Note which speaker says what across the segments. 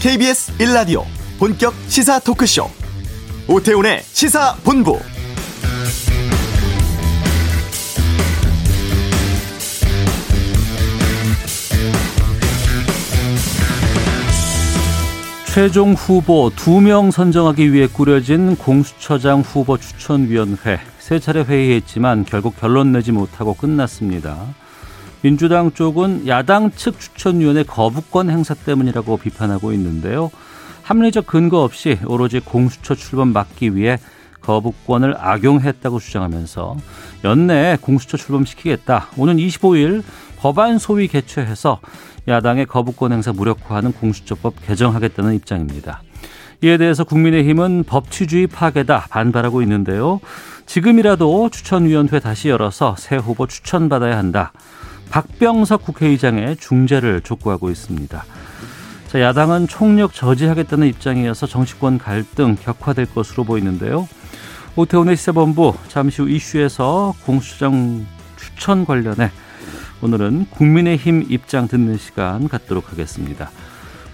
Speaker 1: KBS 1라디오 본격 시사 토크쇼 오태훈의 시사본부
Speaker 2: 최종 후보 2명 선정하기 위해 꾸려진 공수처장 후보 추천위원회 세 차례 회의했지만 결국 결론 내지 못하고 끝났습니다. 민주당 쪽은 야당 측 추천위원회 거부권 행사 때문이라고 비판하고 있는데요. 합리적 근거 없이 오로지 공수처 출범 막기 위해 거부권을 악용했다고 주장하면서 연내에 공수처 출범시키겠다. 오는 25일 법안 소위 개최해서 야당의 거부권 행사 무력화하는 공수처법 개정하겠다는 입장입니다. 이에 대해서 국민의힘은 법치주의 파괴다 반발하고 있는데요. 지금이라도 추천위원회 다시 열어서 새 후보 추천받아야 한다. 박병석 국회의장의 중재를 촉구하고 있습니다. 자, 야당은 총력 저지하겠다는 입장이어서 정치권 갈등 격화될 것으로 보이는데요. 오태훈의 시사본부 잠시 후 이슈에서 공수처장 추천 관련해 오늘은 국민의힘 입장 듣는 시간 갖도록 하겠습니다.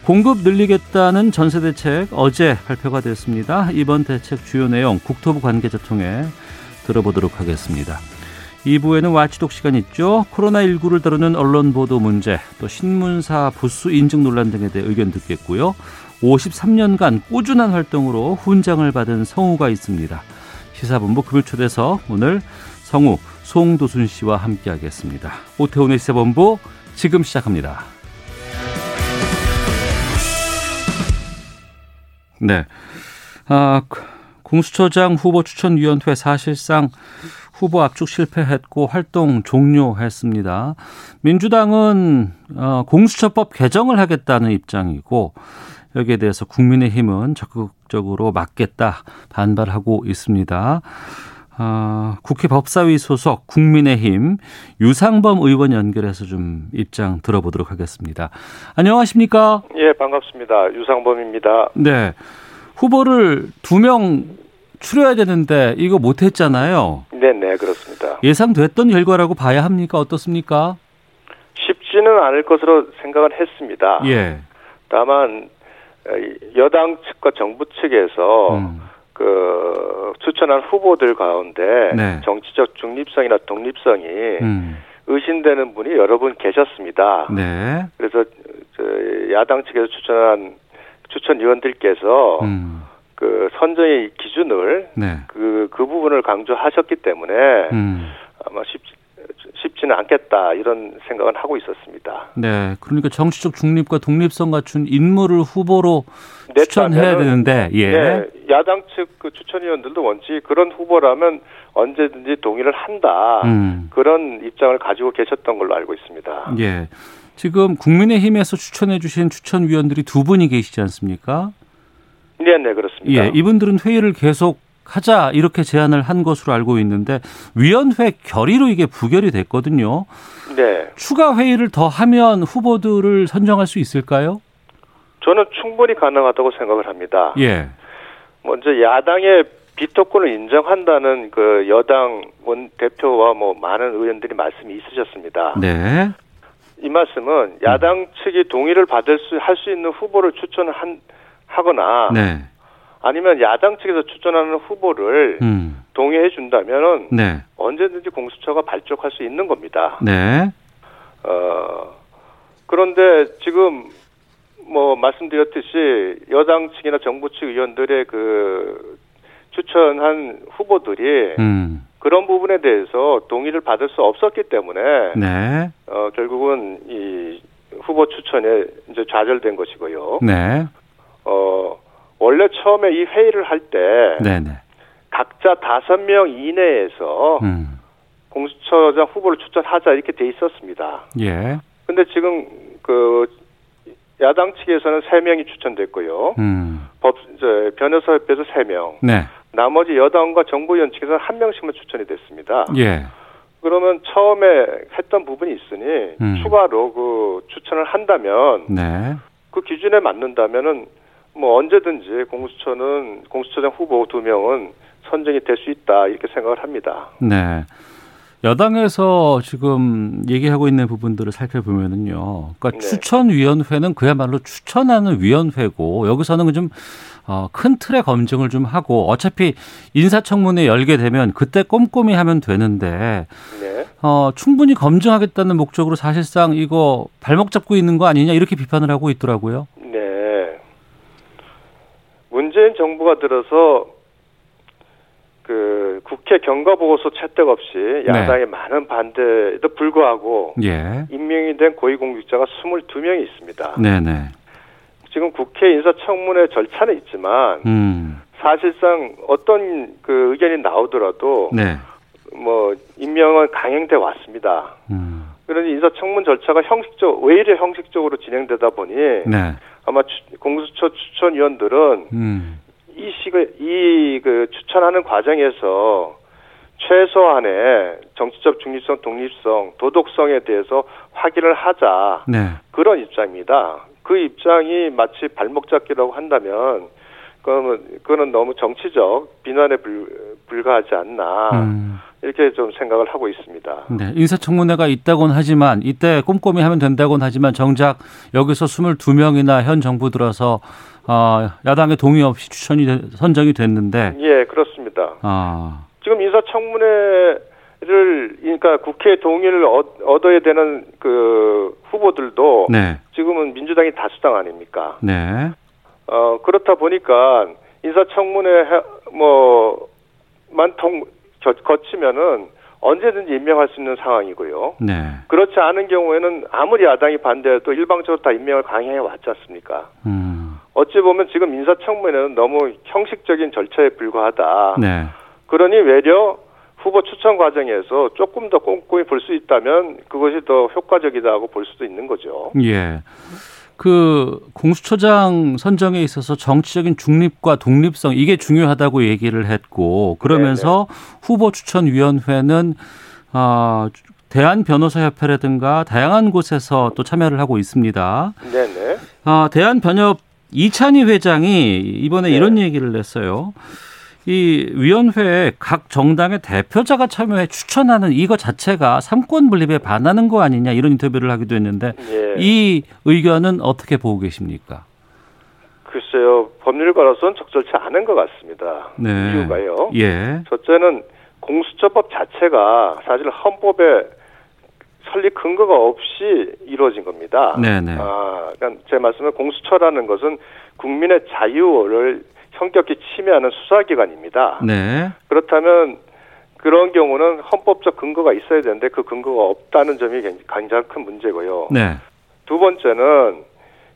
Speaker 2: 공급 늘리겠다는 전세 대책 어제 발표가 됐습니다. 이번 대책 주요 내용 국토부 관계자 통해 들어보도록 하겠습니다. 2부에는 와치독 시간 있죠. 코로나19를 다루는 언론 보도 문제, 또 신문사 부수 인증 논란 등에 대해 의견 듣겠고요. 53년간 꾸준한 활동으로 훈장을 받은 성우가 있습니다. 시사본부 급일초대서 오늘 성우 송도순 씨와 함께하겠습니다. 오태훈의 시사본부 지금 시작합니다. 네. 아, 공수처장 후보 추천위원회 사실상 후보 압축 실패했고 활동 종료했습니다. 민주당은 어, 공수처법 개정을 하겠다는 입장이고 여기에 대해서 국민의힘은 적극적으로 막겠다 반발하고 있습니다. 어, 국회 법사위 소속 국민의힘 유상범 의원 연결해서 좀 입장 들어보도록 하겠습니다. 안녕하십니까?
Speaker 3: 예, 반갑습니다. 유상범입니다.
Speaker 2: 네. 후보를 두 명 추려야 되는데 이거 못했잖아요.
Speaker 3: 네네, 그렇습니다.
Speaker 2: 예상됐던 결과라고 봐야 합니까? 어떻습니까?
Speaker 3: 쉽지는 않을 것으로 생각을 했습니다.
Speaker 2: 예.
Speaker 3: 다만, 어, 여당 측과 정부 측에서 음. 그 추천한 후보들 가운데 네. 정치적 중립성이나 독립성이 음. 의심되는 분이 여러 분 계셨습니다.
Speaker 2: 네.
Speaker 3: 그래서 야당 측에서 추천한 추천 위원들께서 음. 그 선정의 기준을 네. 그, 그 부분을 강조하셨기 때문에 음. 아마 쉽지, 쉽지는 않겠다 이런 생각은 하고 있었습니다.
Speaker 2: 네, 그러니까 정치적 중립과 독립성 갖춘 인물을 후보로 추천해야 되는데, 예. 네,
Speaker 3: 야당 측 그 추천위원들도 원칙 그런 후보라면 언제든지 동의를 한다 음. 그런 입장을 가지고 계셨던 걸로 알고 있습니다.
Speaker 2: 예, 지금 국민의힘에서 추천해주신 추천위원들이 두 분이 계시지 않습니까?
Speaker 3: 네, 네 그렇습니다.
Speaker 2: 예, 이분들은 회의를 계속 하자 이렇게 제안을 한 것으로 알고 있는데 위원회 결의로 이게 부결이 됐거든요.
Speaker 3: 네.
Speaker 2: 추가 회의를 더 하면 후보들을 선정할 수 있을까요?
Speaker 3: 저는 충분히 가능하다고 생각을 합니다.
Speaker 2: 예.
Speaker 3: 먼저 야당의 비토권을 인정한다는 그 여당 원 대표와 뭐 많은 의원들이 말씀이 있으셨습니다.
Speaker 2: 네.
Speaker 3: 이 말씀은 야당 측이 동의를 받을 수 할 수 있는 후보를 추천한 하거나
Speaker 2: 네.
Speaker 3: 아니면 야당 측에서 추천하는 후보를 음. 동의해 준다면은 네. 언제든지 공수처가 발족할 수 있는 겁니다.
Speaker 2: 네.
Speaker 3: 어 그런데 지금 뭐 말씀드렸듯이 여당 측이나 정부 측 의원들의 그 추천한 후보들이 음. 그런 부분에 대해서 동의를 받을 수 없었기 때문에
Speaker 2: 네.
Speaker 3: 어 결국은 이 후보 추천에 이제 좌절된 것이고요.
Speaker 2: 네.
Speaker 3: 어 원래 처음에 이 회의를 할 때
Speaker 2: 네.
Speaker 3: 각자 다섯 명 이내에서 음. 공수처장 후보를 추천하자 이렇게 돼 있었습니다.
Speaker 2: 예.
Speaker 3: 근데 지금 그 야당 측에서는 세 명이 추천됐고요.
Speaker 2: 음.
Speaker 3: 법 이제 변호사 협회에서 세 명.
Speaker 2: 네.
Speaker 3: 나머지 여당과 정부 의원 측에서 한 명씩만 추천이 됐습니다.
Speaker 2: 예.
Speaker 3: 그러면 처음에 했던 부분이 있으니 음. 추가로 그 추천을 한다면
Speaker 2: 네.
Speaker 3: 그 기준에 맞는다면은 뭐 언제든지 공수처는 공수처장 후보 두 명은 선정이 될 수 있다 이렇게 생각을 합니다.
Speaker 2: 네. 여당에서 지금 얘기하고 있는 부분들을 살펴보면은요. 그러니까
Speaker 3: 네.
Speaker 2: 추천위원회는 그야말로 추천하는 위원회고 여기서는 좀 어, 큰 틀의 검증을 좀 하고 어차피 인사청문회 열게 되면 그때 꼼꼼히 하면 되는데
Speaker 3: 네.
Speaker 2: 어, 충분히 검증하겠다는 목적으로 사실상 이거 발목 잡고 있는 거 아니냐 이렇게 비판을 하고 있더라고요.
Speaker 3: 네. 문재인 정부가 들어서 그 국회 경과보고서 채택 없이
Speaker 2: 네.
Speaker 3: 야당의 많은 반대에도 불구하고
Speaker 2: 예.
Speaker 3: 임명이 된 고위공직자가 22명이 있습니다.
Speaker 2: 네네.
Speaker 3: 지금 국회 인사청문회 절차는 있지만
Speaker 2: 음.
Speaker 3: 사실상 어떤 그 의견이 나오더라도
Speaker 2: 네.
Speaker 3: 뭐 임명은 강행돼 왔습니다.
Speaker 2: 음.
Speaker 3: 그러니 인사청문 절차가 형식적 오히려 형식적으로 진행되다 보니
Speaker 2: 네.
Speaker 3: 아마 추- 공수처 추천위원들은
Speaker 2: 음.
Speaker 3: 이 시기 이그 추천하는 과정에서 최소한의 정치적 중립성, 독립성, 도덕성에 대해서 확인을 하자
Speaker 2: 네.
Speaker 3: 그런 입장입니다. 그 입장이 마치 발목 잡기라고 한다면 그거는 그거는 너무 정치적 비난에 불, 불과하지 않나
Speaker 2: 음.
Speaker 3: 이렇게 좀 생각을 하고 있습니다.
Speaker 2: 네, 인사청문회가 있다곤 하지만 이때 꼼꼼히 하면 된다곤 하지만 정작 여기서 22명이나 현 정부 들어서 어, 야당의 동의 없이 추천이 되- 선정이 됐는데
Speaker 3: 예, 그렇습니다.
Speaker 2: 아,
Speaker 3: 지금 인사청문회를 그러니까 국회 동의를 얻- 얻어야 되는 그 후보들도
Speaker 2: 네,
Speaker 3: 지금은 민주당이 다수당 아닙니까?
Speaker 2: 네,
Speaker 3: 어 그렇다 보니까 인사청문회 해- 뭐만 통 겨- 거치면은 언제든지 임명할 수 있는 상황이고요.
Speaker 2: 네,
Speaker 3: 그렇지 않은 경우에는 아무리 야당이 반대해도 일방적으로 다 임명을 강행해 왔지 않습니까?
Speaker 2: 음,
Speaker 3: 어찌 보면 지금 인사청문회는 너무 형식적인 절차에 불과하다.
Speaker 2: 네,
Speaker 3: 그러니 외려 후보 추천 과정에서 조금 더 꼼꼼히 볼 수 있다면 그것이 더 효과적이다고 볼 수도 있는 거죠.
Speaker 2: 예. 그 공수처장 선정에 있어서 정치적인 중립과 독립성 이게 중요하다고 얘기를 했고 그러면서 후보 추천위원회는 아 대한 변호사 협회라든가 다양한 곳에서 또 참여를 하고 있습니다.
Speaker 3: 네네.
Speaker 2: 아, 대한변협 이찬희 회장이 이번에
Speaker 3: 네.
Speaker 2: 이런 얘기를 냈어요. 이 위원회에 각 정당의 대표자가 참여해 추천하는 이거 자체가 삼권 분립에 반하는 거 아니냐 이런 인터뷰를 하기도 했는데
Speaker 3: 예.
Speaker 2: 이 의견은 어떻게 보고 계십니까?
Speaker 3: 글쎄요, 법률가로서는 적절치 않은 것 같습니다.
Speaker 2: 네.
Speaker 3: 이유가요.
Speaker 2: 예.
Speaker 3: 첫째는 공수처법 자체가 사실 헌법에 설립 근거가 없이 이루어진 겁니다.
Speaker 2: 네네.
Speaker 3: 아, 그러니까 제 말씀은 공수처라는 것은 국민의 자유를 현격히 침해하는 수사기관입니다.
Speaker 2: 네.
Speaker 3: 그렇다면 그런 경우는 헌법적 근거가 있어야 되는데 그 근거가 없다는 점이 굉장히- 굉장히 큰 문제고요.
Speaker 2: 네.
Speaker 3: 두 번째는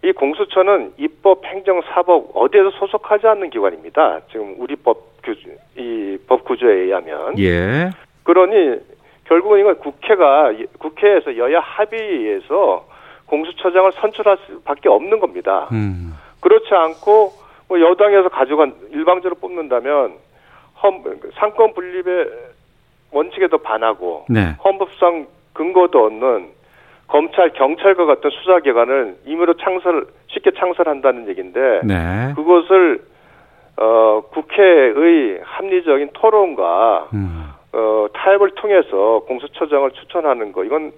Speaker 3: 이 공수처는 입법, 행정, 사법 어디에도 소속하지 않는 기관입니다. 지금 우리 법 규제, 이법 구조에 의하면
Speaker 2: 예.
Speaker 3: 그러니 결국은 이건 국회가 국회에서 여야 합의에 의해서 공수처장을 선출할 수밖에 없는 겁니다.
Speaker 2: 음.
Speaker 3: 그렇지 않고 뭐 여당에서 가져간 일방적으로 뽑는다면 헌, 그 상권 분립의 원칙에도 반하고
Speaker 2: 네.
Speaker 3: 헌법상 근거도 없는 검찰, 경찰과 같은 수사기관을 임의로 창설, 쉽게 창설한다는 얘기인데
Speaker 2: 네.
Speaker 3: 그것을 어, 국회의 합리적인 토론과
Speaker 2: 음.
Speaker 3: 어, 타협을 통해서 공수처장을 추천하는 거 이건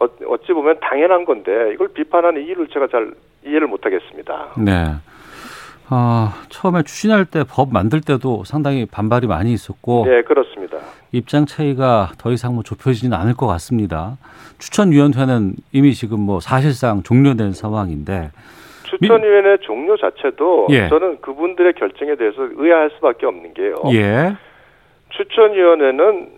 Speaker 3: 어- 어찌 보면 당연한 건데 이걸 비판하는 이유를 제가 잘 이해를 못하겠습니다.
Speaker 2: 네. 아, 처음에 추진할 때 법 만들 때도 상당히 반발이 많이 있었고
Speaker 3: 네, 그렇습니다.
Speaker 2: 입장 차이가 더 이상 뭐 좁혀지지는 않을 것 같습니다. 추천위원회는 이미 지금 뭐 사실상 종료된 상황인데,
Speaker 3: 추천위원회 종료 자체도
Speaker 2: 예.
Speaker 3: 저는 그분들의 결정에 대해서 의아할 수밖에 없는 게요.
Speaker 2: 예,
Speaker 3: 추천위원회는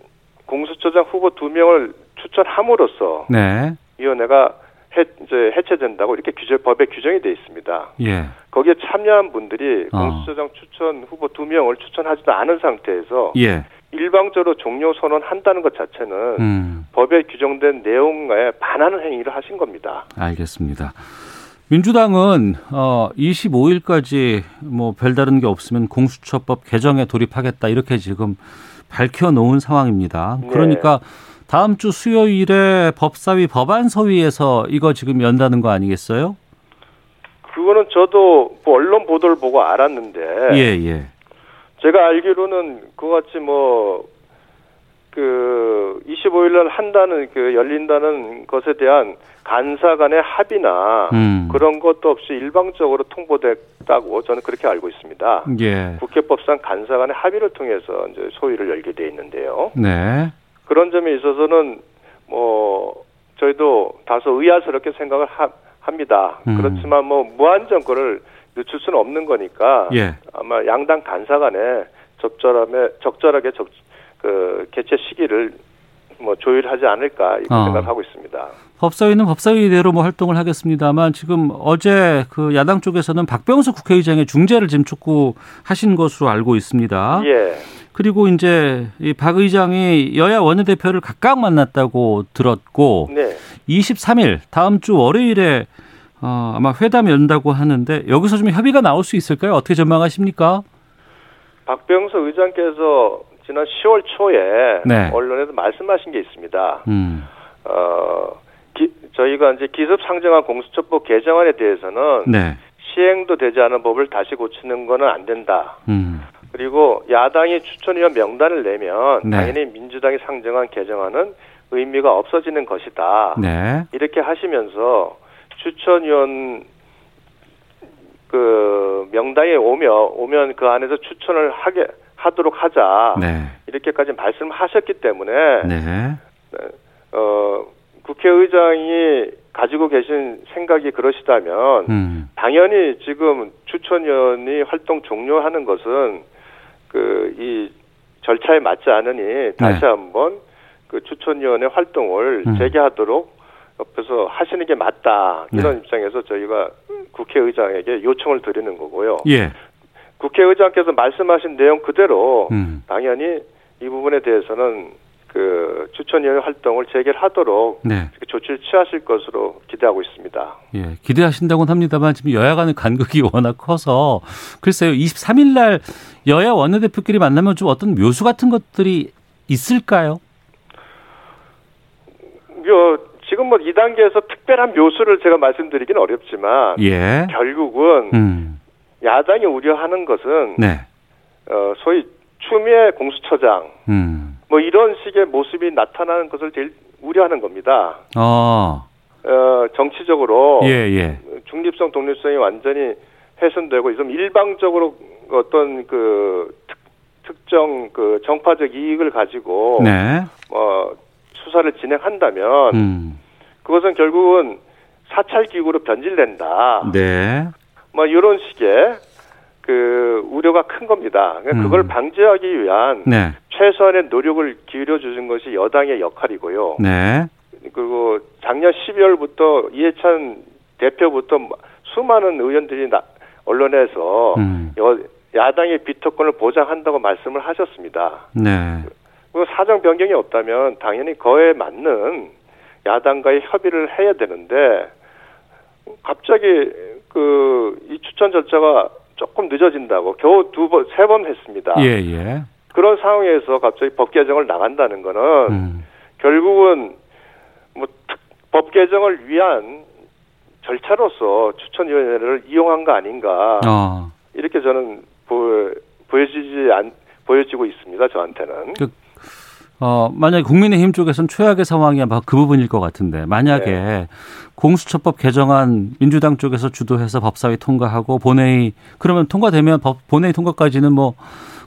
Speaker 3: 공수처장 후보 두 명을 추천함으로써
Speaker 2: 네,
Speaker 3: 위원회가 해, 이제 해체된다고 이렇게 규제 법에 규정이 돼 있습니다.
Speaker 2: 예,
Speaker 3: 거기에 참여한 분들이
Speaker 2: 어.
Speaker 3: 공수처장 추천 후보 두 명을 추천하지도 않은 상태에서
Speaker 2: 예,
Speaker 3: 일방적으로 종료 선언한다는 것 자체는
Speaker 2: 음,
Speaker 3: 법에 규정된 내용에 반하는 행위를 하신 겁니다.
Speaker 2: 알겠습니다. 민주당은 어 25일까지 뭐 별다른 게 없으면 공수처법 개정에 돌입하겠다 이렇게 지금 밝혀놓은 상황입니다.
Speaker 3: 네.
Speaker 2: 그러니까 다음 주 수요일에 법사위 법안소위에서 이거 지금 연다는 거 아니겠어요?
Speaker 3: 그거는 저도 뭐 언론 보도를 보고 알았는데
Speaker 2: 예, 예,
Speaker 3: 제가 알기로는 그거 같이 뭐, 그, 25일 날 한다는 그 열린다는 것에 대한 간사 간의 합의나
Speaker 2: 음.
Speaker 3: 그런 것도 없이 일방적으로 통보됐다고 저는 그렇게 알고 있습니다.
Speaker 2: 예.
Speaker 3: 국회법상 간사 간의 합의를 통해서 이제 소위를 열게 돼 있는데요.
Speaker 2: 네.
Speaker 3: 그런 점에 있어서는 뭐 저희도 다소 의아스럽게 생각을 하- 합니다.
Speaker 2: 음.
Speaker 3: 그렇지만 뭐 무한 정권을 늦출 수는 없는 거니까
Speaker 2: 예.
Speaker 3: 아마 양당 간사 간에 적절함에 적절하게 적, 그 개최 시기를 뭐 조율하지 않을까 이렇게
Speaker 2: 어.
Speaker 3: 생각하고 있습니다.
Speaker 2: 법사위는 법사위대로 뭐 활동을 하겠습니다만 지금 어제 그 야당 쪽에서는 박병석 국회의장의 중재를 지금 촉구하신 것으로 알고 있습니다.
Speaker 3: 예.
Speaker 2: 그리고 이제 이 박 의장이 여야 원내대표를 각각 만났다고 들었고
Speaker 3: 네.
Speaker 2: 23일 다음 주 월요일에 어, 아마 회담 연다고 하는데 여기서 좀 협의가 나올 수 있을까요? 어떻게 전망하십니까?
Speaker 3: 박병석 의장께서 지난 10월 초에
Speaker 2: 네.
Speaker 3: 언론에서 말씀하신 게 있습니다.
Speaker 2: 음,
Speaker 3: 어, 기- 저희가 이제 기습 상정한 공수처법 개정안에 대해서는
Speaker 2: 네,
Speaker 3: 시행도 되지 않은 법을 다시 고치는 거는 안 된다.
Speaker 2: 음,
Speaker 3: 그리고 야당이 추천위원 명단을 내면
Speaker 2: 네.
Speaker 3: 당연히 민주당이 상정한 개정안은 의미가 없어지는 것이다.
Speaker 2: 네,
Speaker 3: 이렇게 하시면서 추천위원 그 명단에 오며 오면 그 안에서 추천을 하게 하도록 하자.
Speaker 2: 네,
Speaker 3: 이렇게까지 말씀하셨기 때문에
Speaker 2: 네,
Speaker 3: 어, 국회의장이 가지고 계신 생각이 그러시다면
Speaker 2: 음,
Speaker 3: 당연히 지금 추천위원이 활동 종료하는 것은 그 이 절차에 맞지 않으니 다시
Speaker 2: 네.
Speaker 3: 한번 그 추천위원의 활동을
Speaker 2: 음.
Speaker 3: 재개하도록 옆에서 하시는 게 맞다 이런
Speaker 2: 네.
Speaker 3: 입장에서 저희가 국회의장에게 요청을 드리는 거고요.
Speaker 2: 예,
Speaker 3: 국회의장께서 말씀하신 내용 그대로
Speaker 2: 음,
Speaker 3: 당연히 이 부분에 대해서는 그 추천위원 활동을 재개하도록
Speaker 2: 네.
Speaker 3: 조치를 취하실 것으로 기대하고 있습니다.
Speaker 2: 예, 기대하신다고는 합니다만 지금 여야 간의 간극이 워낙 커서 글쎄요, 23일 날 여야 원내대표끼리 만나면 좀 어떤 묘수 같은 것들이 있을까요?
Speaker 3: 요 지금 뭐 2단계에서 특별한 묘수를 제가 말씀드리긴 어렵지만
Speaker 2: 예.
Speaker 3: 결국은
Speaker 2: 음.
Speaker 3: 야당이 우려하는 것은
Speaker 2: 네.
Speaker 3: 어, 소위 추미애 공수처장
Speaker 2: 음.
Speaker 3: 뭐 이런 식의 모습이 나타나는 것을 제일 우려하는 겁니다.
Speaker 2: 어.
Speaker 3: 어, 정치적으로
Speaker 2: 예, 예.
Speaker 3: 중립성 독립성이 완전히 훼손되고 좀 일방적으로 어떤 그 특, 특정 그 정파적 이익을 가지고
Speaker 2: 네.
Speaker 3: 어, 수사를 진행한다면
Speaker 2: 음.
Speaker 3: 그것은 결국은 사찰 기구로 변질된다.
Speaker 2: 네.
Speaker 3: 뭐 이런 식의 그 우려가 큰 겁니다. 그러니까
Speaker 2: 음.
Speaker 3: 그걸 방지하기 위한
Speaker 2: 네.
Speaker 3: 최소한의 노력을 기울여 주는 것이 여당의 역할이고요.
Speaker 2: 네.
Speaker 3: 그리고 작년 12월부터 이해찬 대표부터 수많은 의원들이 나- 언론에서
Speaker 2: 음.
Speaker 3: 여- 야당의 비토권을 보장한다고 말씀을 하셨습니다.
Speaker 2: 네.
Speaker 3: 그 사정 변경이 없다면 당연히 거에 맞는 야당과의 협의를 해야 되는데 갑자기 그 이 추천 절차가 조금 늦어진다고 겨우 두 번 세 번 했습니다.
Speaker 2: 예, 예.
Speaker 3: 그런 상황에서 갑자기 법 개정을 나간다는 거는
Speaker 2: 음.
Speaker 3: 결국은 뭐 법 개정을 위한 절차로서 추천위원회를 이용한 거 아닌가
Speaker 2: 어.
Speaker 3: 이렇게 저는 보, 보여지지 않 보여지고 있습니다 저한테는
Speaker 2: 그- 어, 만약에 국민의힘 쪽에선 최악의 상황이 아마 그 부분일 것 같은데 만약에
Speaker 3: 네.
Speaker 2: 공수처법 개정안 민주당 쪽에서 주도해서 법사위 통과하고 본회의 그러면 통과되면 법 본회의 통과까지는 뭐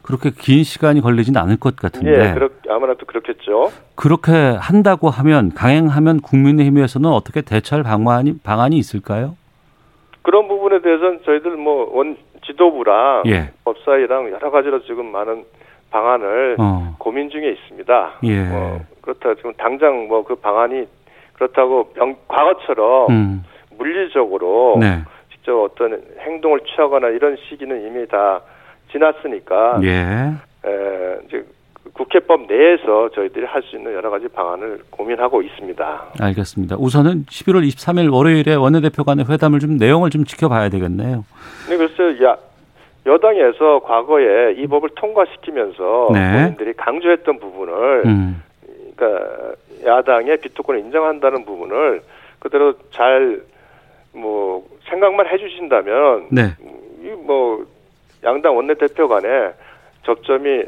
Speaker 2: 그렇게 긴 시간이 걸리진 않을 것 같은데
Speaker 3: 예 그렇 아무래도 그렇겠죠
Speaker 2: 그렇게 한다고 하면 강행하면 국민의힘에서는 어떻게 대처할 방안이 방안이 있을까요?
Speaker 3: 그런 부분에 대해서는 저희들 뭐 원 지도부랑
Speaker 2: 예.
Speaker 3: 법사위랑 여러 가지로 지금 많은 방안을
Speaker 2: 어.
Speaker 3: 고민 중에 있습니다
Speaker 2: 예.
Speaker 3: 어, 그렇다 지금 당장 뭐 그 방안이 그렇다고 명- 과거처럼
Speaker 2: 음.
Speaker 3: 물리적으로
Speaker 2: 네.
Speaker 3: 직접 어떤 행동을 취하거나 이런 시기는 이미 다 지났으니까
Speaker 2: 예.
Speaker 3: 에, 이제 그 국회법 내에서 저희들이 할 수 있는 여러 가지 방안을 고민하고 있습니다.
Speaker 2: 알겠습니다. 우선은 11월 23일 월요일에 원내대표 간의 회담을 좀 내용을 좀 지켜봐야 되겠네요.
Speaker 3: 근데 글쎄 야, 여당에서 과거에 이 법을 통과시키면서
Speaker 2: 네.
Speaker 3: 본인들이 강조했던 부분을
Speaker 2: 음.
Speaker 3: 그러니까 야당의 비토권을 인정한다는 부분을 그대로 잘 뭐 생각만 해주신다면
Speaker 2: 네.
Speaker 3: 이 뭐 양당 원내대표 간에 접점이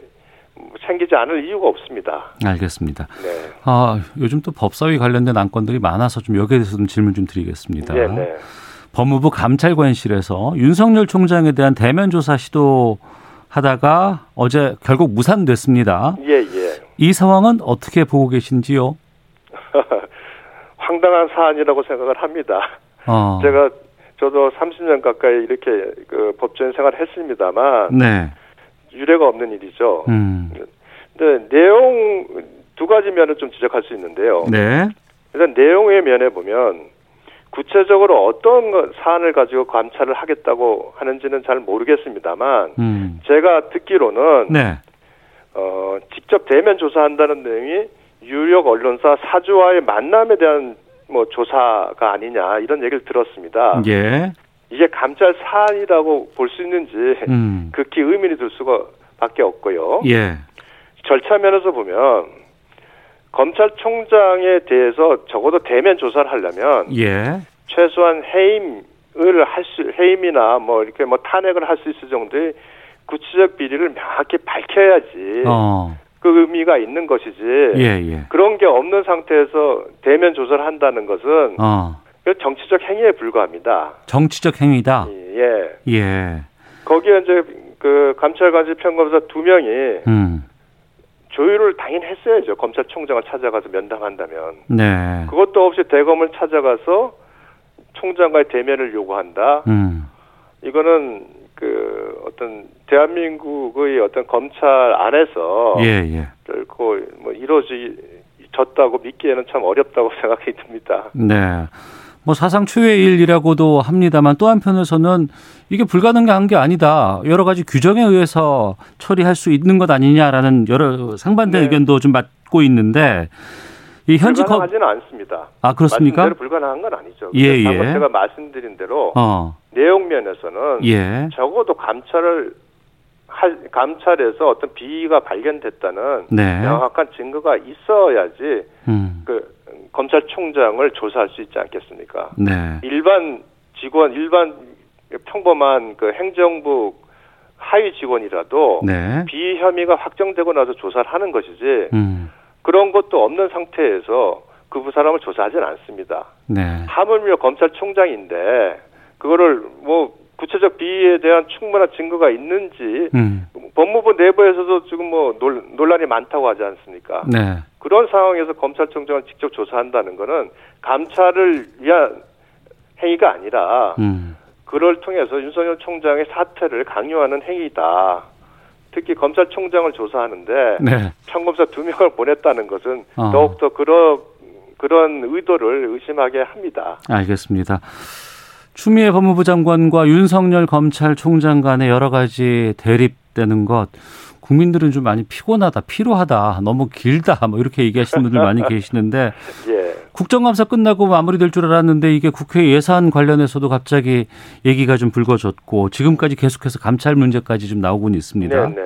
Speaker 3: 챙기지 않을 이유가 없습니다.
Speaker 2: 알겠습니다.
Speaker 3: 네.
Speaker 2: 아, 요즘 또 법사위 관련된 안건들이 많아서 좀 여기에 대해서 좀 질문 좀 드리겠습니다.
Speaker 3: 예, 네.
Speaker 2: 법무부 감찰관실에서 윤석열 총장에 대한 대면 조사 시도하다가 어제 결국 무산됐습니다.
Speaker 3: 예, 예.
Speaker 2: 이 상황은 어떻게 보고 계신지요?
Speaker 3: 황당한 사안이라고 생각을 합니다.
Speaker 2: 어,
Speaker 3: 제가 저도 30년 가까이 이렇게 그 법조인 생활을 했습니다만
Speaker 2: 네.
Speaker 3: 유례가 없는 일이죠.
Speaker 2: 음.
Speaker 3: 근데 내용 두 가지 면을 좀 지적할 수 있는데요.
Speaker 2: 네.
Speaker 3: 일단 내용의 면에 보면 구체적으로 어떤 거- 사안을 가지고 감찰을 하겠다고 하는지는 잘 모르겠습니다만
Speaker 2: 음.
Speaker 3: 제가 듣기로는
Speaker 2: 네.
Speaker 3: 어, 직접 대면 조사한다는 내용이 유력 언론사 사주와의 만남에 대한 뭐 조사가 아니냐 이런 얘기를 들었습니다.
Speaker 2: 예.
Speaker 3: 이게 감찰 사안이라고 볼 수 있는지
Speaker 2: 음.
Speaker 3: 극히 의문이 들 수가 밖에 없고요.
Speaker 2: 예.
Speaker 3: 절차 면에서 보면 검찰총장에 대해서 적어도 대면 조사를 하려면
Speaker 2: 예.
Speaker 3: 최소한 해임을 할 수, 해임이나 뭐 이렇게 뭐 탄핵을 할 수 있을 정도의 구체적 비리를 명확히 밝혀야지
Speaker 2: 어.
Speaker 3: 그 의미가 있는 것이지
Speaker 2: 예, 예.
Speaker 3: 그런 게 없는 상태에서 대면 조사를 한다는 것은
Speaker 2: 어.
Speaker 3: 그 정치적 행위에 불과합니다.
Speaker 2: 정치적 행위다.
Speaker 3: 예.
Speaker 2: 예.
Speaker 3: 거기에 이제 그 감찰관실 평검사 두 명이
Speaker 2: 음.
Speaker 3: 조율을 당연히 했어야죠. 검찰총장을 찾아가서 면담한다면.
Speaker 2: 네.
Speaker 3: 그것도 없이 대검을 찾아가서 총장과의 대면을 요구한다.
Speaker 2: 음.
Speaker 3: 이거는 그 어떤 대한민국의 어떤 검찰 안에서
Speaker 2: 예, 예.
Speaker 3: 결코 뭐 이루어졌다고 믿기에는 참 어렵다고 생각이 듭니다.
Speaker 2: 네. 뭐 사상 최후의 일이라고도 합니다만 또 한편에서는 이게 불가능한 게 아니다. 여러 가지 규정에 의해서 처리할 수 있는 것 아니냐라는 여러 상반된
Speaker 3: 네.
Speaker 2: 의견도 좀 맞고 있는데 이 현직 검
Speaker 3: 불가능하지는 않습니다.
Speaker 2: 아, 그렇습니까?
Speaker 3: 말씀대로 불가능한 건 아니죠.
Speaker 2: 예, 예.
Speaker 3: 방금 제가 말씀드린 대로
Speaker 2: 어.
Speaker 3: 내용 면에서는
Speaker 2: 예.
Speaker 3: 적어도 감찰을 할- 감찰에서 어떤 비위가 발견됐다는
Speaker 2: 네.
Speaker 3: 명확한 증거가 있어야지
Speaker 2: 음.
Speaker 3: 그 검찰총장을 조사할 수 있지 않겠습니까?
Speaker 2: 네.
Speaker 3: 일반 직원, 일반 평범한 그 행정부 하위 직원이라도
Speaker 2: 네.
Speaker 3: 비위 혐의가 확정되고 나서 조사를 하는 것이지
Speaker 2: 음.
Speaker 3: 그런 것도 없는 상태에서 그 사람을 조사하진 않습니다.
Speaker 2: 네.
Speaker 3: 하물며 검찰총장인데 그거를 뭐 구체적 비위에 대한 충분한 증거가 있는지
Speaker 2: 음.
Speaker 3: 법무부 내부에서도 지금 뭐 논- 논란이 많다고 하지 않습니까?
Speaker 2: 네.
Speaker 3: 그런 상황에서 검찰총장을 직접 조사한다는 거는 감찰을 위한 행위가 아니라
Speaker 2: 음.
Speaker 3: 그를 통해서 윤석열 총장의 사퇴를 강요하는 행위다. 특히 검찰총장을 조사하는데
Speaker 2: 네.
Speaker 3: 평검사 두 명을 보냈다는 것은
Speaker 2: 아.
Speaker 3: 더욱더 그런 그런 의도를 의심하게 합니다.
Speaker 2: 알겠습니다. 추미애 법무부 장관과 윤석열 검찰총장 간의 여러 가지 대립되는 것 국민들은 좀 많이 피곤하다, 피로하다, 너무 길다 뭐 이렇게 얘기하시는 분들 많이 계시는데
Speaker 3: 예.
Speaker 2: 국정감사 끝나고 마무리될 줄 알았는데 이게 국회 예산 관련해서도 갑자기 얘기가 좀 불거졌고 지금까지 계속해서 감찰 문제까지 좀 나오고는 있습니다.
Speaker 3: 네, 네.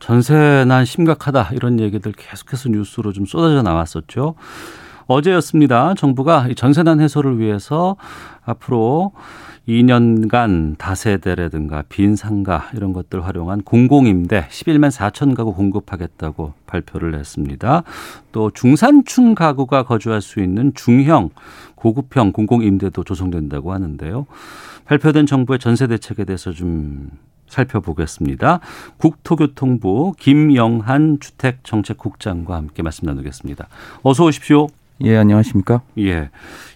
Speaker 2: 전세난 심각하다 이런 얘기들 계속해서 뉴스로 좀 쏟아져 나왔었죠. 어제였습니다. 정부가 전세난 해소를 위해서 앞으로 2년간 다세대라든가 빈 상가 이런 것들 활용한 공공임대 11만 4천 가구 공급하겠다고 발표를 했습니다. 또 중산층 가구가 거주할 수 있는 중형 고급형 공공임대도 조성된다고 하는데요. 발표된 정부의 전세 대책에 대해서 좀 살펴보겠습니다. 국토교통부 김영한 주택정책국장과 함께 말씀 나누겠습니다. 어서 오십시오.
Speaker 4: 예, 안녕하십니까?
Speaker 2: 예.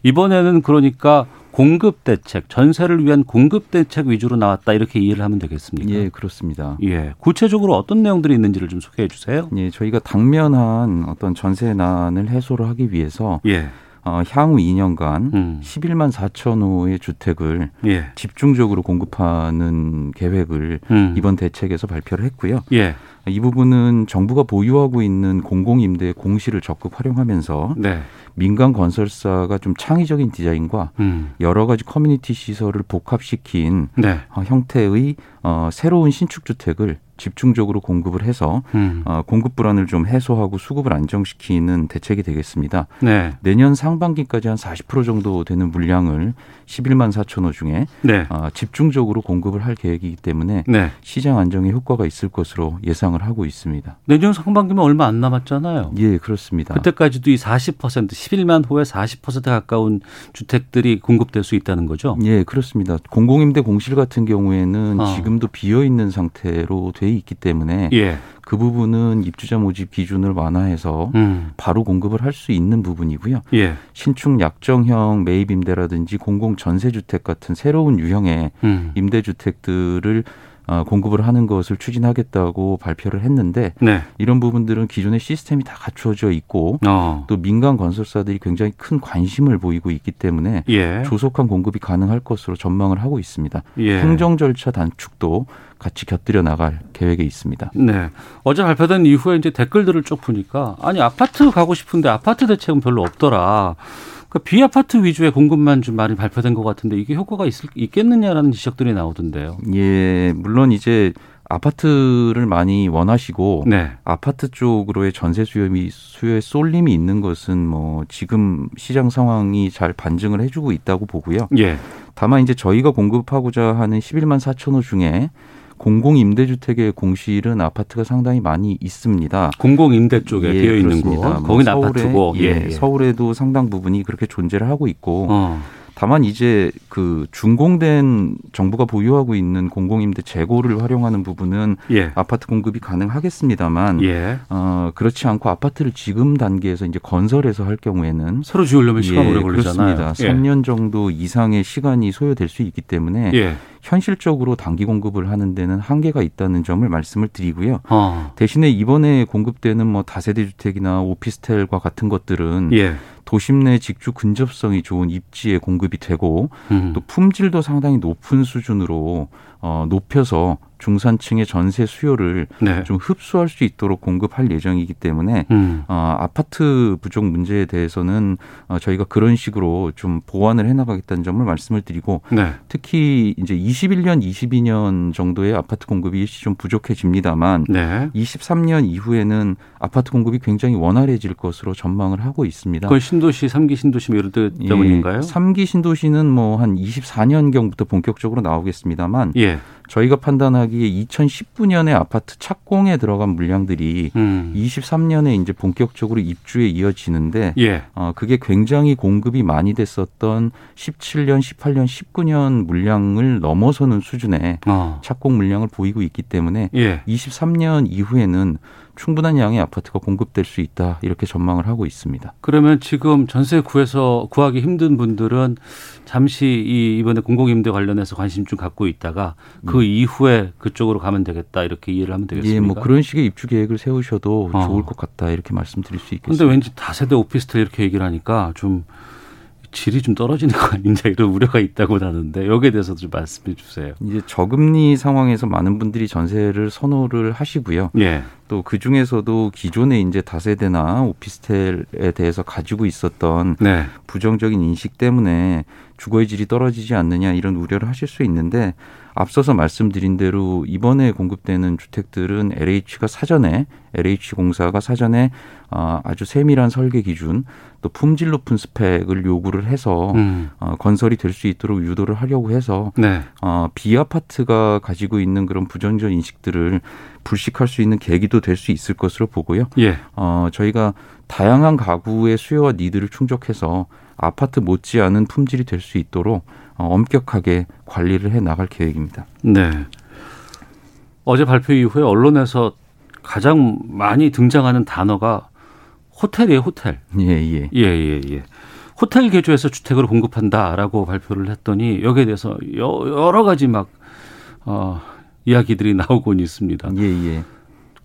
Speaker 2: 이번에는 그러니까 공급 대책, 전세를 위한 공급 대책 위주로 나왔다 이렇게 이해를 하면 되겠습니까?
Speaker 4: 예, 그렇습니다.
Speaker 2: 예. 구체적으로 어떤 내용들이 있는지를 좀 소개해 주세요.
Speaker 4: 예, 저희가 당면한 어떤 전세난을 해소를 하기 위해서 예. 어, 향후 2년간 음. 11만 4천 호의 주택을 예. 집중적으로 공급하는 계획을 음. 이번 대책에서 발표를 했고요. 예. 이 부분은 정부가 보유하고 있는 공공임대 공시를 적극 활용하면서 네. 민간 건설사가 좀 창의적인 디자인과 음. 여러 가지 커뮤니티 시설을 복합시킨 네. 어, 형태의 어, 새로운 신축 주택을 집중적으로 공급을 해서 음. 어, 공급 불안을 좀 해소하고 수급을 안정시키는 대책이 되겠습니다. 네. 내년 상반기까지 한 40% 정도 되는 물량을 11만 4천 호 중에 네. 어, 집중적으로 공급을 할 계획이기 때문에 네. 시장 안정에 효과가 있을 것으로 예상을 하고 있습니다.
Speaker 2: 내년 상반기면 얼마 안 남았잖아요.
Speaker 4: 예, 그렇습니다.
Speaker 2: 그때까지도 이 40% 11만 호에 40% 가까운 주택들이 공급될 수 있다는 거죠.
Speaker 4: 예, 그렇습니다. 공공임대 공실 같은 경우에는 어. 지금도 비어 있는 상태로 돼 있기 때문에 예. 그 부분은 입주자 모집 기준을 완화해서 음. 바로 공급을 할 수 있는 부분이고요. 예. 신축 약정형 매입 임대라든지 공공 전세 주택 같은 새로운 유형의 음. 임대 주택들을 어, 공급을 하는 것을 추진하겠다고 발표를 했는데 네. 이런 부분들은 기존의 시스템이 다 갖추어져 있고 어. 또 민간 건설사들이 굉장히 큰 관심을 보이고 있기 때문에 예. 조속한 공급이 가능할 것으로 전망을 하고 있습니다. 예. 행정 절차 단축도 같이 곁들여 나갈 계획에 있습니다.
Speaker 2: 네. 어제 발표된 이후에 이제 댓글들을 쭉 보니까 아니 아파트 가고 싶은데 아파트 대책은 별로 없더라. 그러니까 비아파트 위주의 공급만 좀 많이 발표된 것 같은데 이게 효과가 있을, 있겠느냐라는 지적들이 나오던데요.
Speaker 4: 예, 물론 이제 아파트를 많이 원하시고 네. 아파트 쪽으로의 전세 수요미 수요의 쏠림이 있는 것은 뭐 지금 시장 상황이 잘 반증을 해주고 있다고 보고요. 예. 다만 이제 저희가 공급하고자 하는 11만 4천 호 중에 공공 임대주택의 공실은 아파트가 상당히 많이 있습니다. 뭐
Speaker 2: 공공 임대 쪽에 예, 비어 있는 곳, 거긴 서울에, 아파트고,
Speaker 4: 예, 예, 서울에도 상당 부분이 그렇게 존재를 하고 있고, 어. 다만 이제 그 준공된 정부가 보유하고 있는 공공 임대 재고를 활용하는 부분은 예. 아파트 공급이 가능하겠습니다만,
Speaker 2: 예.
Speaker 4: 어, 그렇지 않고 아파트를 지금 단계에서 이제 건설해서 할 경우에는
Speaker 2: 새로 지으려면 시간 오래 걸리잖아요.
Speaker 4: 예,
Speaker 2: 예.
Speaker 4: 그렇습니다. 3년 정도 이상의 시간이 소요될 수 있기 때문에.
Speaker 2: 예.
Speaker 4: 현실적으로 단기 공급을 하는 데는 한계가 있다는 점을 말씀을 드리고요. 어. 대신에 이번에 공급되는 뭐 다세대 주택이나 오피스텔과 같은 것들은 예. 도심 내 직주 근접성이 좋은 입지에 공급이 되고 음. 또 품질도 상당히 높은 수준으로 어, 높여서 중산층의 전세 수요를
Speaker 2: 음. 예.
Speaker 4: 네. 좀 흡수할 수 있도록 공급할 예정이기 때문에 음. 어, 아파트 부족 문제에 대해서는 어, 저희가 그런 식으로 좀 보완을 해나가겠다는 점을 말씀을 드리고 네. 특히 이제 21년, 22년 정도의 아파트 공급이 일시 좀 부족해집니다만 네. 23년 이후에는 아파트 공급이 굉장히 원활해질 것으로 전망을 하고 있습니다.
Speaker 2: 그건 신도시, 3기 신도시 이런 데 때문인가요? 예, 예.
Speaker 4: 3기 신도시는 뭐 한 24년경부터 본격적으로 나오겠습니다만 예. 저희가 판단하기 거기에 2019년에 아파트 착공에 들어간 물량들이 음. 23년에 이제 본격적으로 입주에 이어지는데 예. 어, 그게 굉장히 공급이 많이 됐었던 17년, 18년, 19년 물량을 넘어서는 수준의 어. 착공 물량을 보이고 있기 때문에 예. 23년 이후에는 충분한 양의 아파트가 공급될 수 있다 이렇게 전망을 하고 있습니다.
Speaker 2: 그러면 지금 전세 구해서 구하기 힘든 분들은 잠시 이 이번에 공공임대 관련해서 관심 좀 갖고 있다가 그 네. 이후에 그쪽으로 가면 되겠다 이렇게 이해를 하면 되겠습니까?
Speaker 4: 음. 예, 뭐 그런 식의 입주 계획을 세우셔도
Speaker 2: 아.
Speaker 4: 어. 좋을 것 같다 이렇게 말씀드릴 수 있겠습니다.
Speaker 2: 근데 왠지 다세대 오피스텔 이렇게 얘기를 하니까 좀 질이 좀 떨어지는 거 아니냐 이런 우려가 있다고 하는데 여기에 대해서도 좀 말씀해 주세요.
Speaker 4: 이제 저금리 상황에서 많은 분들이 전세를 선호를 하시고요. 예. 또그 중에서도 기존에 이제 다세대나 오피스텔에 대해서 가지고 있었던 네. 부정적인 인식 때문에 주거의 질이 떨어지지 않느냐 이런 우려를 하실 수 있는데 앞서서 말씀드린 대로 이번에 공급되는 주택들은 LH가 사전에 LH 공사가 사전에 어, 아주 세밀한 설계 기준 또 품질 높은 스펙을 요구를 해서 음. 건설이 될 수 있도록 유도를 하려고 해서 네. 비아파트가 가지고 있는 그런 부정적 인식들을 불식할 수 있는 계기도 될 수 있을 것으로 보고요. 예. 어, 저희가 다양한 가구의 수요와 니드를 충족해서 아파트 못지않은 품질이 될 수 있도록 어, 엄격하게 관리를 해 나갈 계획입니다.
Speaker 2: 네. 어제 발표 이후에 언론에서 가장 많이 등장하는 단어가 호텔이에요, 호텔.
Speaker 4: 예, 예.
Speaker 2: 예, 예, 예. 호텔 개조해서 주택으로 공급한다라고 발표를 했더니 여기에 대해서 여러 가지 막 어, 이야기들이 나오곤 있습니다.
Speaker 4: 예, 예.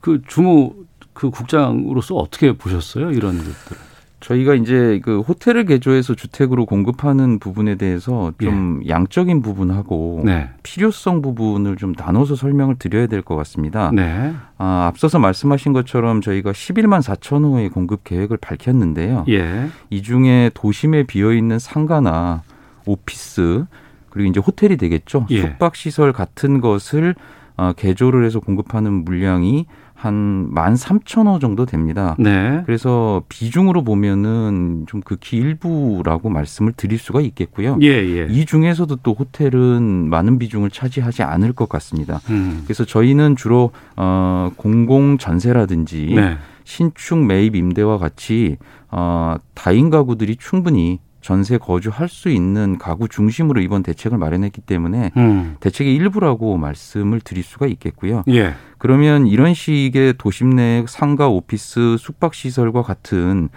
Speaker 2: 그 주무 그 국장으로서 어떻게 보셨어요? 이런 것들.
Speaker 4: 저희가 이제 그 호텔을 개조해서 주택으로 공급하는 부분에 대해서 좀 예. 양적인 부분하고 네. 필요성 부분을 좀 나눠서 설명을 드려야 될 것 같습니다. 네. 아, 앞서서 말씀하신 것처럼 저희가 11만 4천 호의 공급 계획을 밝혔는데요. 예. 이 중에 도심에 비어 있는 상가나 오피스 그리고 이제 호텔이 되겠죠. 예. 숙박 시설 같은 것을 어, 개조를 해서 공급하는 물량이 한 13,000호 정도 됩니다. 네. 그래서 비중으로 보면은 좀 극히 일부라고 말씀을 드릴 수가 있겠고요. 예, 예. 이 중에서도 또 호텔은 많은 비중을 차지하지 않을 것 같습니다. 음. 그래서 저희는 주로 어 공공 전세라든지 네. 신축 매입 임대와 같이 어 다인 가구들이 충분히 전세 거주할 수 있는 가구 중심으로 이번 대책을 마련했기 때문에 음. 대책의 일부라고 말씀을 드릴 수가 있겠고요. 예. 그러면 이런 식의 도심 내 상가, 오피스, 숙박 시설과 같은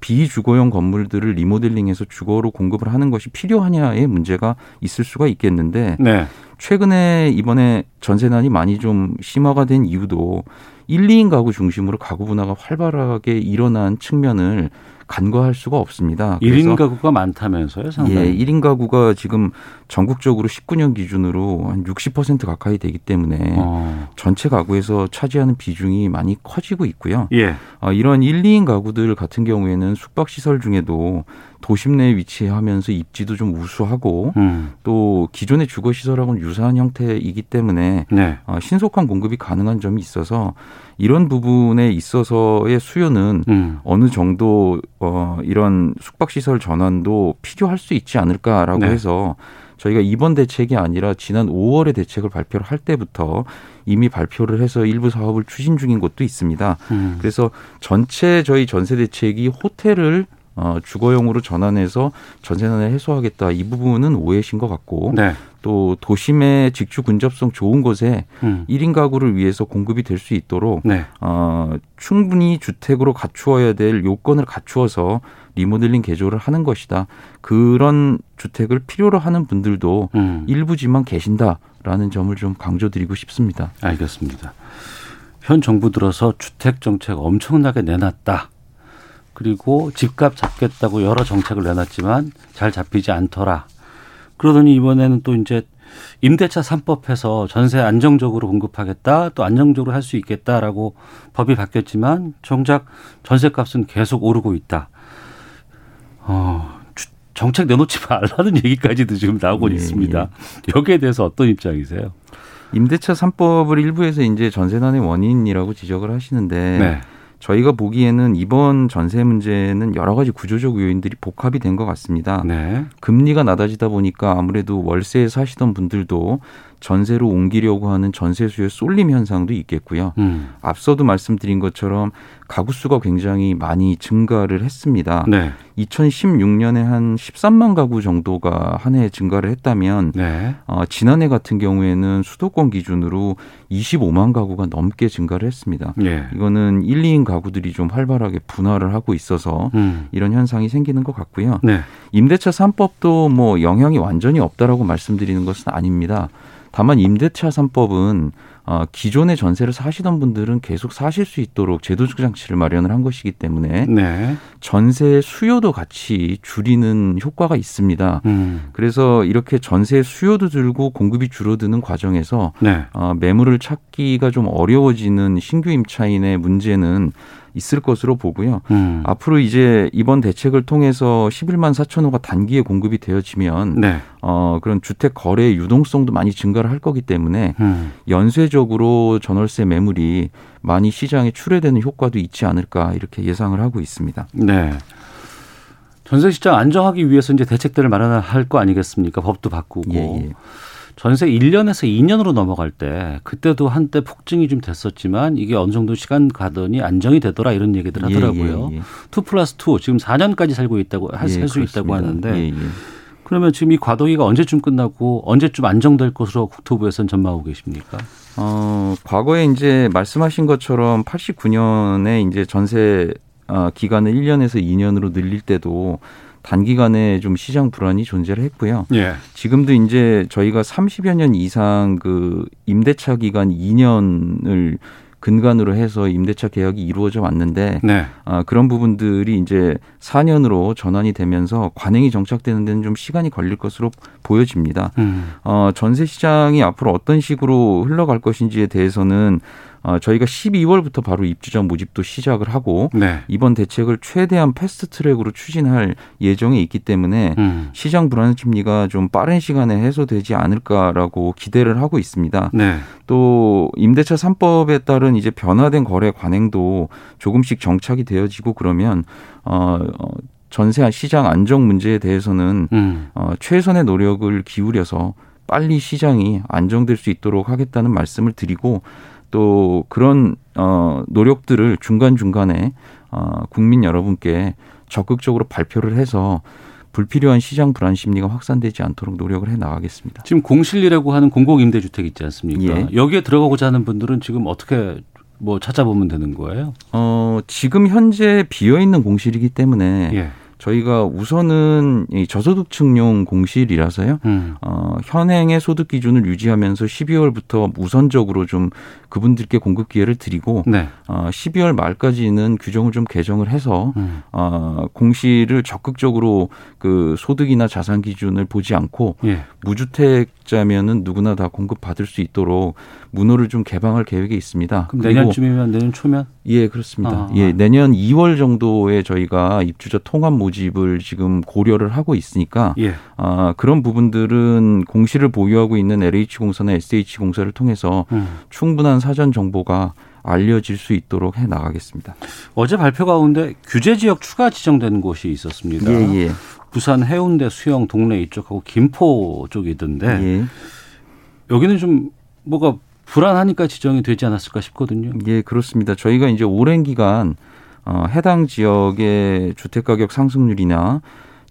Speaker 4: 비주거용 건물들을 리모델링해서 주거로 공급을 하는 것이 필요하냐의 문제가 있을 수가 있겠는데 네. 최근에 이번에 전세난이 많이 좀 심화가 된 이유도 1, 2인 가구 중심으로 가구 분화가 활발하게 일어난 측면을 간과할 수가 없습니다.
Speaker 2: 1인 가구가 많다면서요, 상당히.
Speaker 4: 예, 1인 가구가 지금 전국적으로 19년 기준으로 한 60% 가까이 되기 때문에 어. 전체 가구에서 차지하는 비중이 많이 커지고 있고요. 예. 어, 이런 1, 2인 가구들 같은 경우에는 숙박 시설 중에도 도심 내에 위치하면서 입지도 좀 우수하고 음. 또 기존의 주거 시설하고는 유사한 형태이기 때문에 네. 어, 신속한 공급이 가능한 점이 있어서 이런 부분에 있어서의 수요는 음. 어느 정도 어, 이런 숙박 시설 전환도 필요할 수 있지 않을까라고 네. 해서 저희가 이번 대책이 아니라 지난 5월에 대책을 발표를 할 때부터 이미 발표를 해서 일부 사업을 추진 중인 곳도 있습니다. 음. 그래서 전체 저희 전세 대책이 호텔을 어, 주거용으로 전환해서 전세난을 해소하겠다 이 부분은 오해신 것 같고 네. 또 도심의 직주 근접성 좋은 곳에 음. 1인 가구를 위해서 공급이 될 수 있도록 네. 어, 충분히 주택으로 갖추어야 될 요건을 갖추어서 리모델링 개조를 하는 것이다. 그런 주택을 필요로 하는 분들도 음. 일부지만 계신다라는 점을 좀 강조드리고 싶습니다.
Speaker 2: 알겠습니다. 현 정부 들어서 주택 정책 엄청나게 내놨다. 그리고 집값 잡겠다고 여러 정책을 내놨지만 잘 잡히지 않더라. 그러더니 이번에는 또 이제 임대차 삼법해서 전세 안정적으로 공급하겠다, 또 안정적으로 할 수 있겠다라고 법이 바뀌었지만 정작 전세 값은 계속 오르고 있다. 어, 정책 내놓지 말라는 얘기까지도 지금 나오고 네. 있습니다. 여기에 대해서 어떤 입장이세요?
Speaker 4: 임대차 삼법을 일부에서 이제 전세난의 원인이라고 지적을 하시는데 네. 저희가 보기에는 이번 전세 문제는 여러 가지 구조적 요인들이 복합이 된 것 같습니다. 네. 금리가 낮아지다 보니까 아무래도 월세에 사시던 분들도 전세로 옮기려고 하는 전세수요 쏠림 현상도 있겠고요. 음. 앞서도 말씀드린 것처럼 가구 수가 굉장히 많이 증가를
Speaker 2: 아,
Speaker 4: 했습니다. 네. 2016년에 한 13만 가구 정도가 한 해 증가를 했다면 네. 어, 지난해 같은 경우에는 수도권 기준으로 25만 가구가 넘게 증가를 했습니다. 네.
Speaker 2: 예.
Speaker 4: 이거는 1, 2인 가구들이 좀 활발하게 분화를 하고 있어서 음. 이런 현상이 생기는 것 같고요.
Speaker 2: 네.
Speaker 4: 임대차 3법도 뭐 영향이 완전히 없다라고 말씀드리는 것은 아닙니다. 다만 임대차 3법은 어, 기존의 전세를 사시던 분들은 계속 사실 수 있도록 제도적 장치를 마련을 한 것이기 때문에 네. 전세 수요도 같이 줄이는 효과가 있습니다. 음. 그래서 이렇게 전세 수요도 줄고 공급이 줄어드는 과정에서 네. 어, 매물을 찾기가 좀 어려워지는 신규 임차인의 문제는 있을 것으로 보고요. 음.
Speaker 2: 아,
Speaker 4: 앞으로 이제 이번 대책을 통해서 11만 4천 호가 단기에 공급이 되어지면 네. 어, 그런 주택 거래의 유동성도 많이 증가를 할 거기 때문에 음. 연쇄적으로 전월세 매물이 많이 시장에 출회되는 효과도 있지 않을까 이렇게 예상을 하고 있습니다.
Speaker 2: 네. 전세 시장 안정하기 위해서 이제 대책들을 마련할 거 아니겠습니까? 법도 바꾸고. 예, 예. 전세 1년에서 2년으로 넘어갈 때 그때도 한때 폭증이 좀 됐었지만 이게 어느 정도 시간 가더니 안정이 되더라 이런 얘기들 하더라고요. 예, 예, 예. 2 플러스 2 지금 4년까지 살고 있다고 할수 예, 있다고 하는데
Speaker 4: 예.
Speaker 2: 그러면 지금 이 과도기가 언제쯤 끝나고 언제쯤 안정될 것으로 국토부에서는 전망하고 계십니까?
Speaker 4: 어, 과거에 이제 말씀하신 것처럼 89년에 이제 전세 어, 기간을 1년에서 2년으로 늘릴 때도 단기간에 좀 시장 불안이 존재를 했고요. 예. 지금도 이제 저희가 30여 년 이상 그 임대차 기간 2년을 근간으로 해서 임대차 계약이 이루어져 왔는데
Speaker 2: 음.
Speaker 4: 네. 아, 그런 부분들이 이제 4년으로 전환이 되면서 관행이 정착되는 데는 좀 시간이 걸릴 것으로 보여집니다. 음. 어, 전세 시장이 앞으로 어떤 식으로 흘러갈 것인지에 대해서는 어, 저희가 12월부터 바로 입주자 모집도 시작을 하고 네. 이번 대책을 최대한 패스트 트랙으로 추진할 예정이 있기 때문에 음. 시장 불안 심리가 좀 빠른 시간에 해소되지 않을까라고 기대를 하고 있습니다. 네. 또 임대차 3법에 따른 이제 변화된 거래 관행도 조금씩 정착이 되어지고 그러면 어, 어 전세 시장 안정 문제에 대해서는 음. 어, 최선의 노력을 기울여서 빨리 시장이 안정될 수 있도록 하겠다는 말씀을 드리고 또 그런 어 노력들을 중간 중간에 어 국민 여러분께 적극적으로 발표를 해서 불필요한 시장 불안 심리가 확산되지 않도록 노력을 해 나가겠습니다.
Speaker 2: 지금 공실리라고 하는 공공 임대 주택 있지 않습니까? 예. 여기에 들어가고자 하는 분들은 지금 어떻게 뭐 찾아보면 되는 거예요?
Speaker 4: 어 지금 현재 비어 있는 공실이기 때문에 예. 저희가 우선은 이 저소득층용 공실이라서요. 음. 어, 현행의 소득 기준을 유지하면서 12월부터 우선적으로 좀 그분들께 공급 기회를 드리고 네. 어, 12월 말까지는 규정을 좀 개정을 해서 음. 어, 공실을 적극적으로 그 소득이나 자산 기준을 보지 않고 예. 무주택자면은 누구나 다 공급 받을 수 있도록 문호를 좀 개방할 계획이 있습니다.
Speaker 2: 그럼 내년쯤이면 내년 초면?
Speaker 4: 예, 그렇습니다. 아. 예, 내년 2월 정도에 저희가 입주자 통합 모집을 지금 고려를 하고 있으니까 예. 아, 그런 부분들은 공시를 보유하고 있는 LH 공사나 SH 공사를 통해서 음. 충분한 사전 정보가 알려질 수 있도록 해 나가겠습니다.
Speaker 2: 어제 발표 가운데 규제 지역 추가 지정된 곳이 있었습니다. 예, 예. 부산 해운대 수영 동네 이쪽하고 김포
Speaker 4: 예.
Speaker 2: 쪽이던데 여기는 좀 뭐가 불안하니까 지정이 되지 않았을까 싶거든요.
Speaker 4: 예, 그렇습니다. 저희가 이제 오랜 기간 어, 해당 지역의 주택가격 상승률이나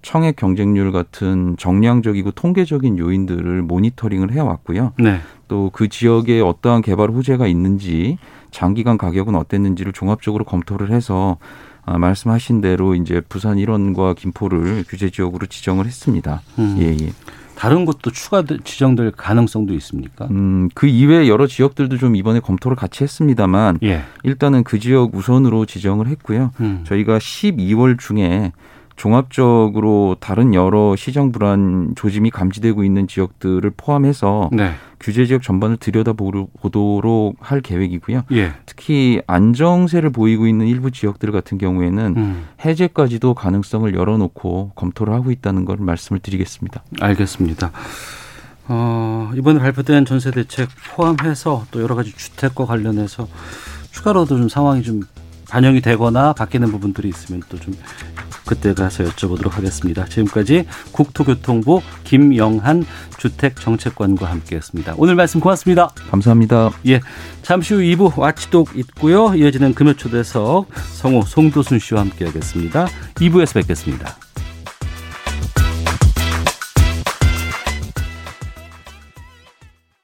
Speaker 4: 청약 경쟁률 같은 정량적이고 통계적인 요인들을 모니터링을 해왔고요. 네. 또그 지역에 어떠한 개발 호재가 있는지 장기간 가격은 어땠는지를 종합적으로 검토를 해서 아, 말씀하신 대로 이제 부산 일원과 김포를 규제 지역으로 지정을 했습니다. 음. 예, 예.
Speaker 2: 다른 것도 추가 지정될 가능성도 있습니까?
Speaker 4: 음, 그 이외 여러 지역들도 좀 이번에 검토를 같이 했습니다만 예. 일단은 그 지역 우선으로 지정을 했고요. 음. 저희가 12월 중에 종합적으로 다른 여러 시장 불안 조짐이 감지되고 있는 지역들을 포함해서
Speaker 2: 음.
Speaker 4: 네. 규제 지역 전반을 들여다보도록 할 계획이고요. 예. 특히 안정세를 보이고 있는 일부 지역들 같은 경우에는 음. 해제까지도 가능성을 열어놓고 검토를 하고 있다는 걸 말씀을 드리겠습니다.
Speaker 2: 알겠습니다. 어, 이번에 발표된 전세 대책 포함해서 또 여러 가지 주택과 관련해서 추가로도 좀 상황이 좀 반영이 되거나 바뀌는 부분들이 있으면 또 좀 그때 가서 여쭤보도록 하겠습니다. 지금까지 국토교통부 김영한 주택정책관과 함께했습니다. 오늘 말씀 고맙습니다.
Speaker 4: 감사합니다.
Speaker 2: 예, 잠시 후 2부 와치독 있고요. 이어지는 금요초대석 성우 송도순 씨와 함께하겠습니다. 2부에서 뵙겠습니다.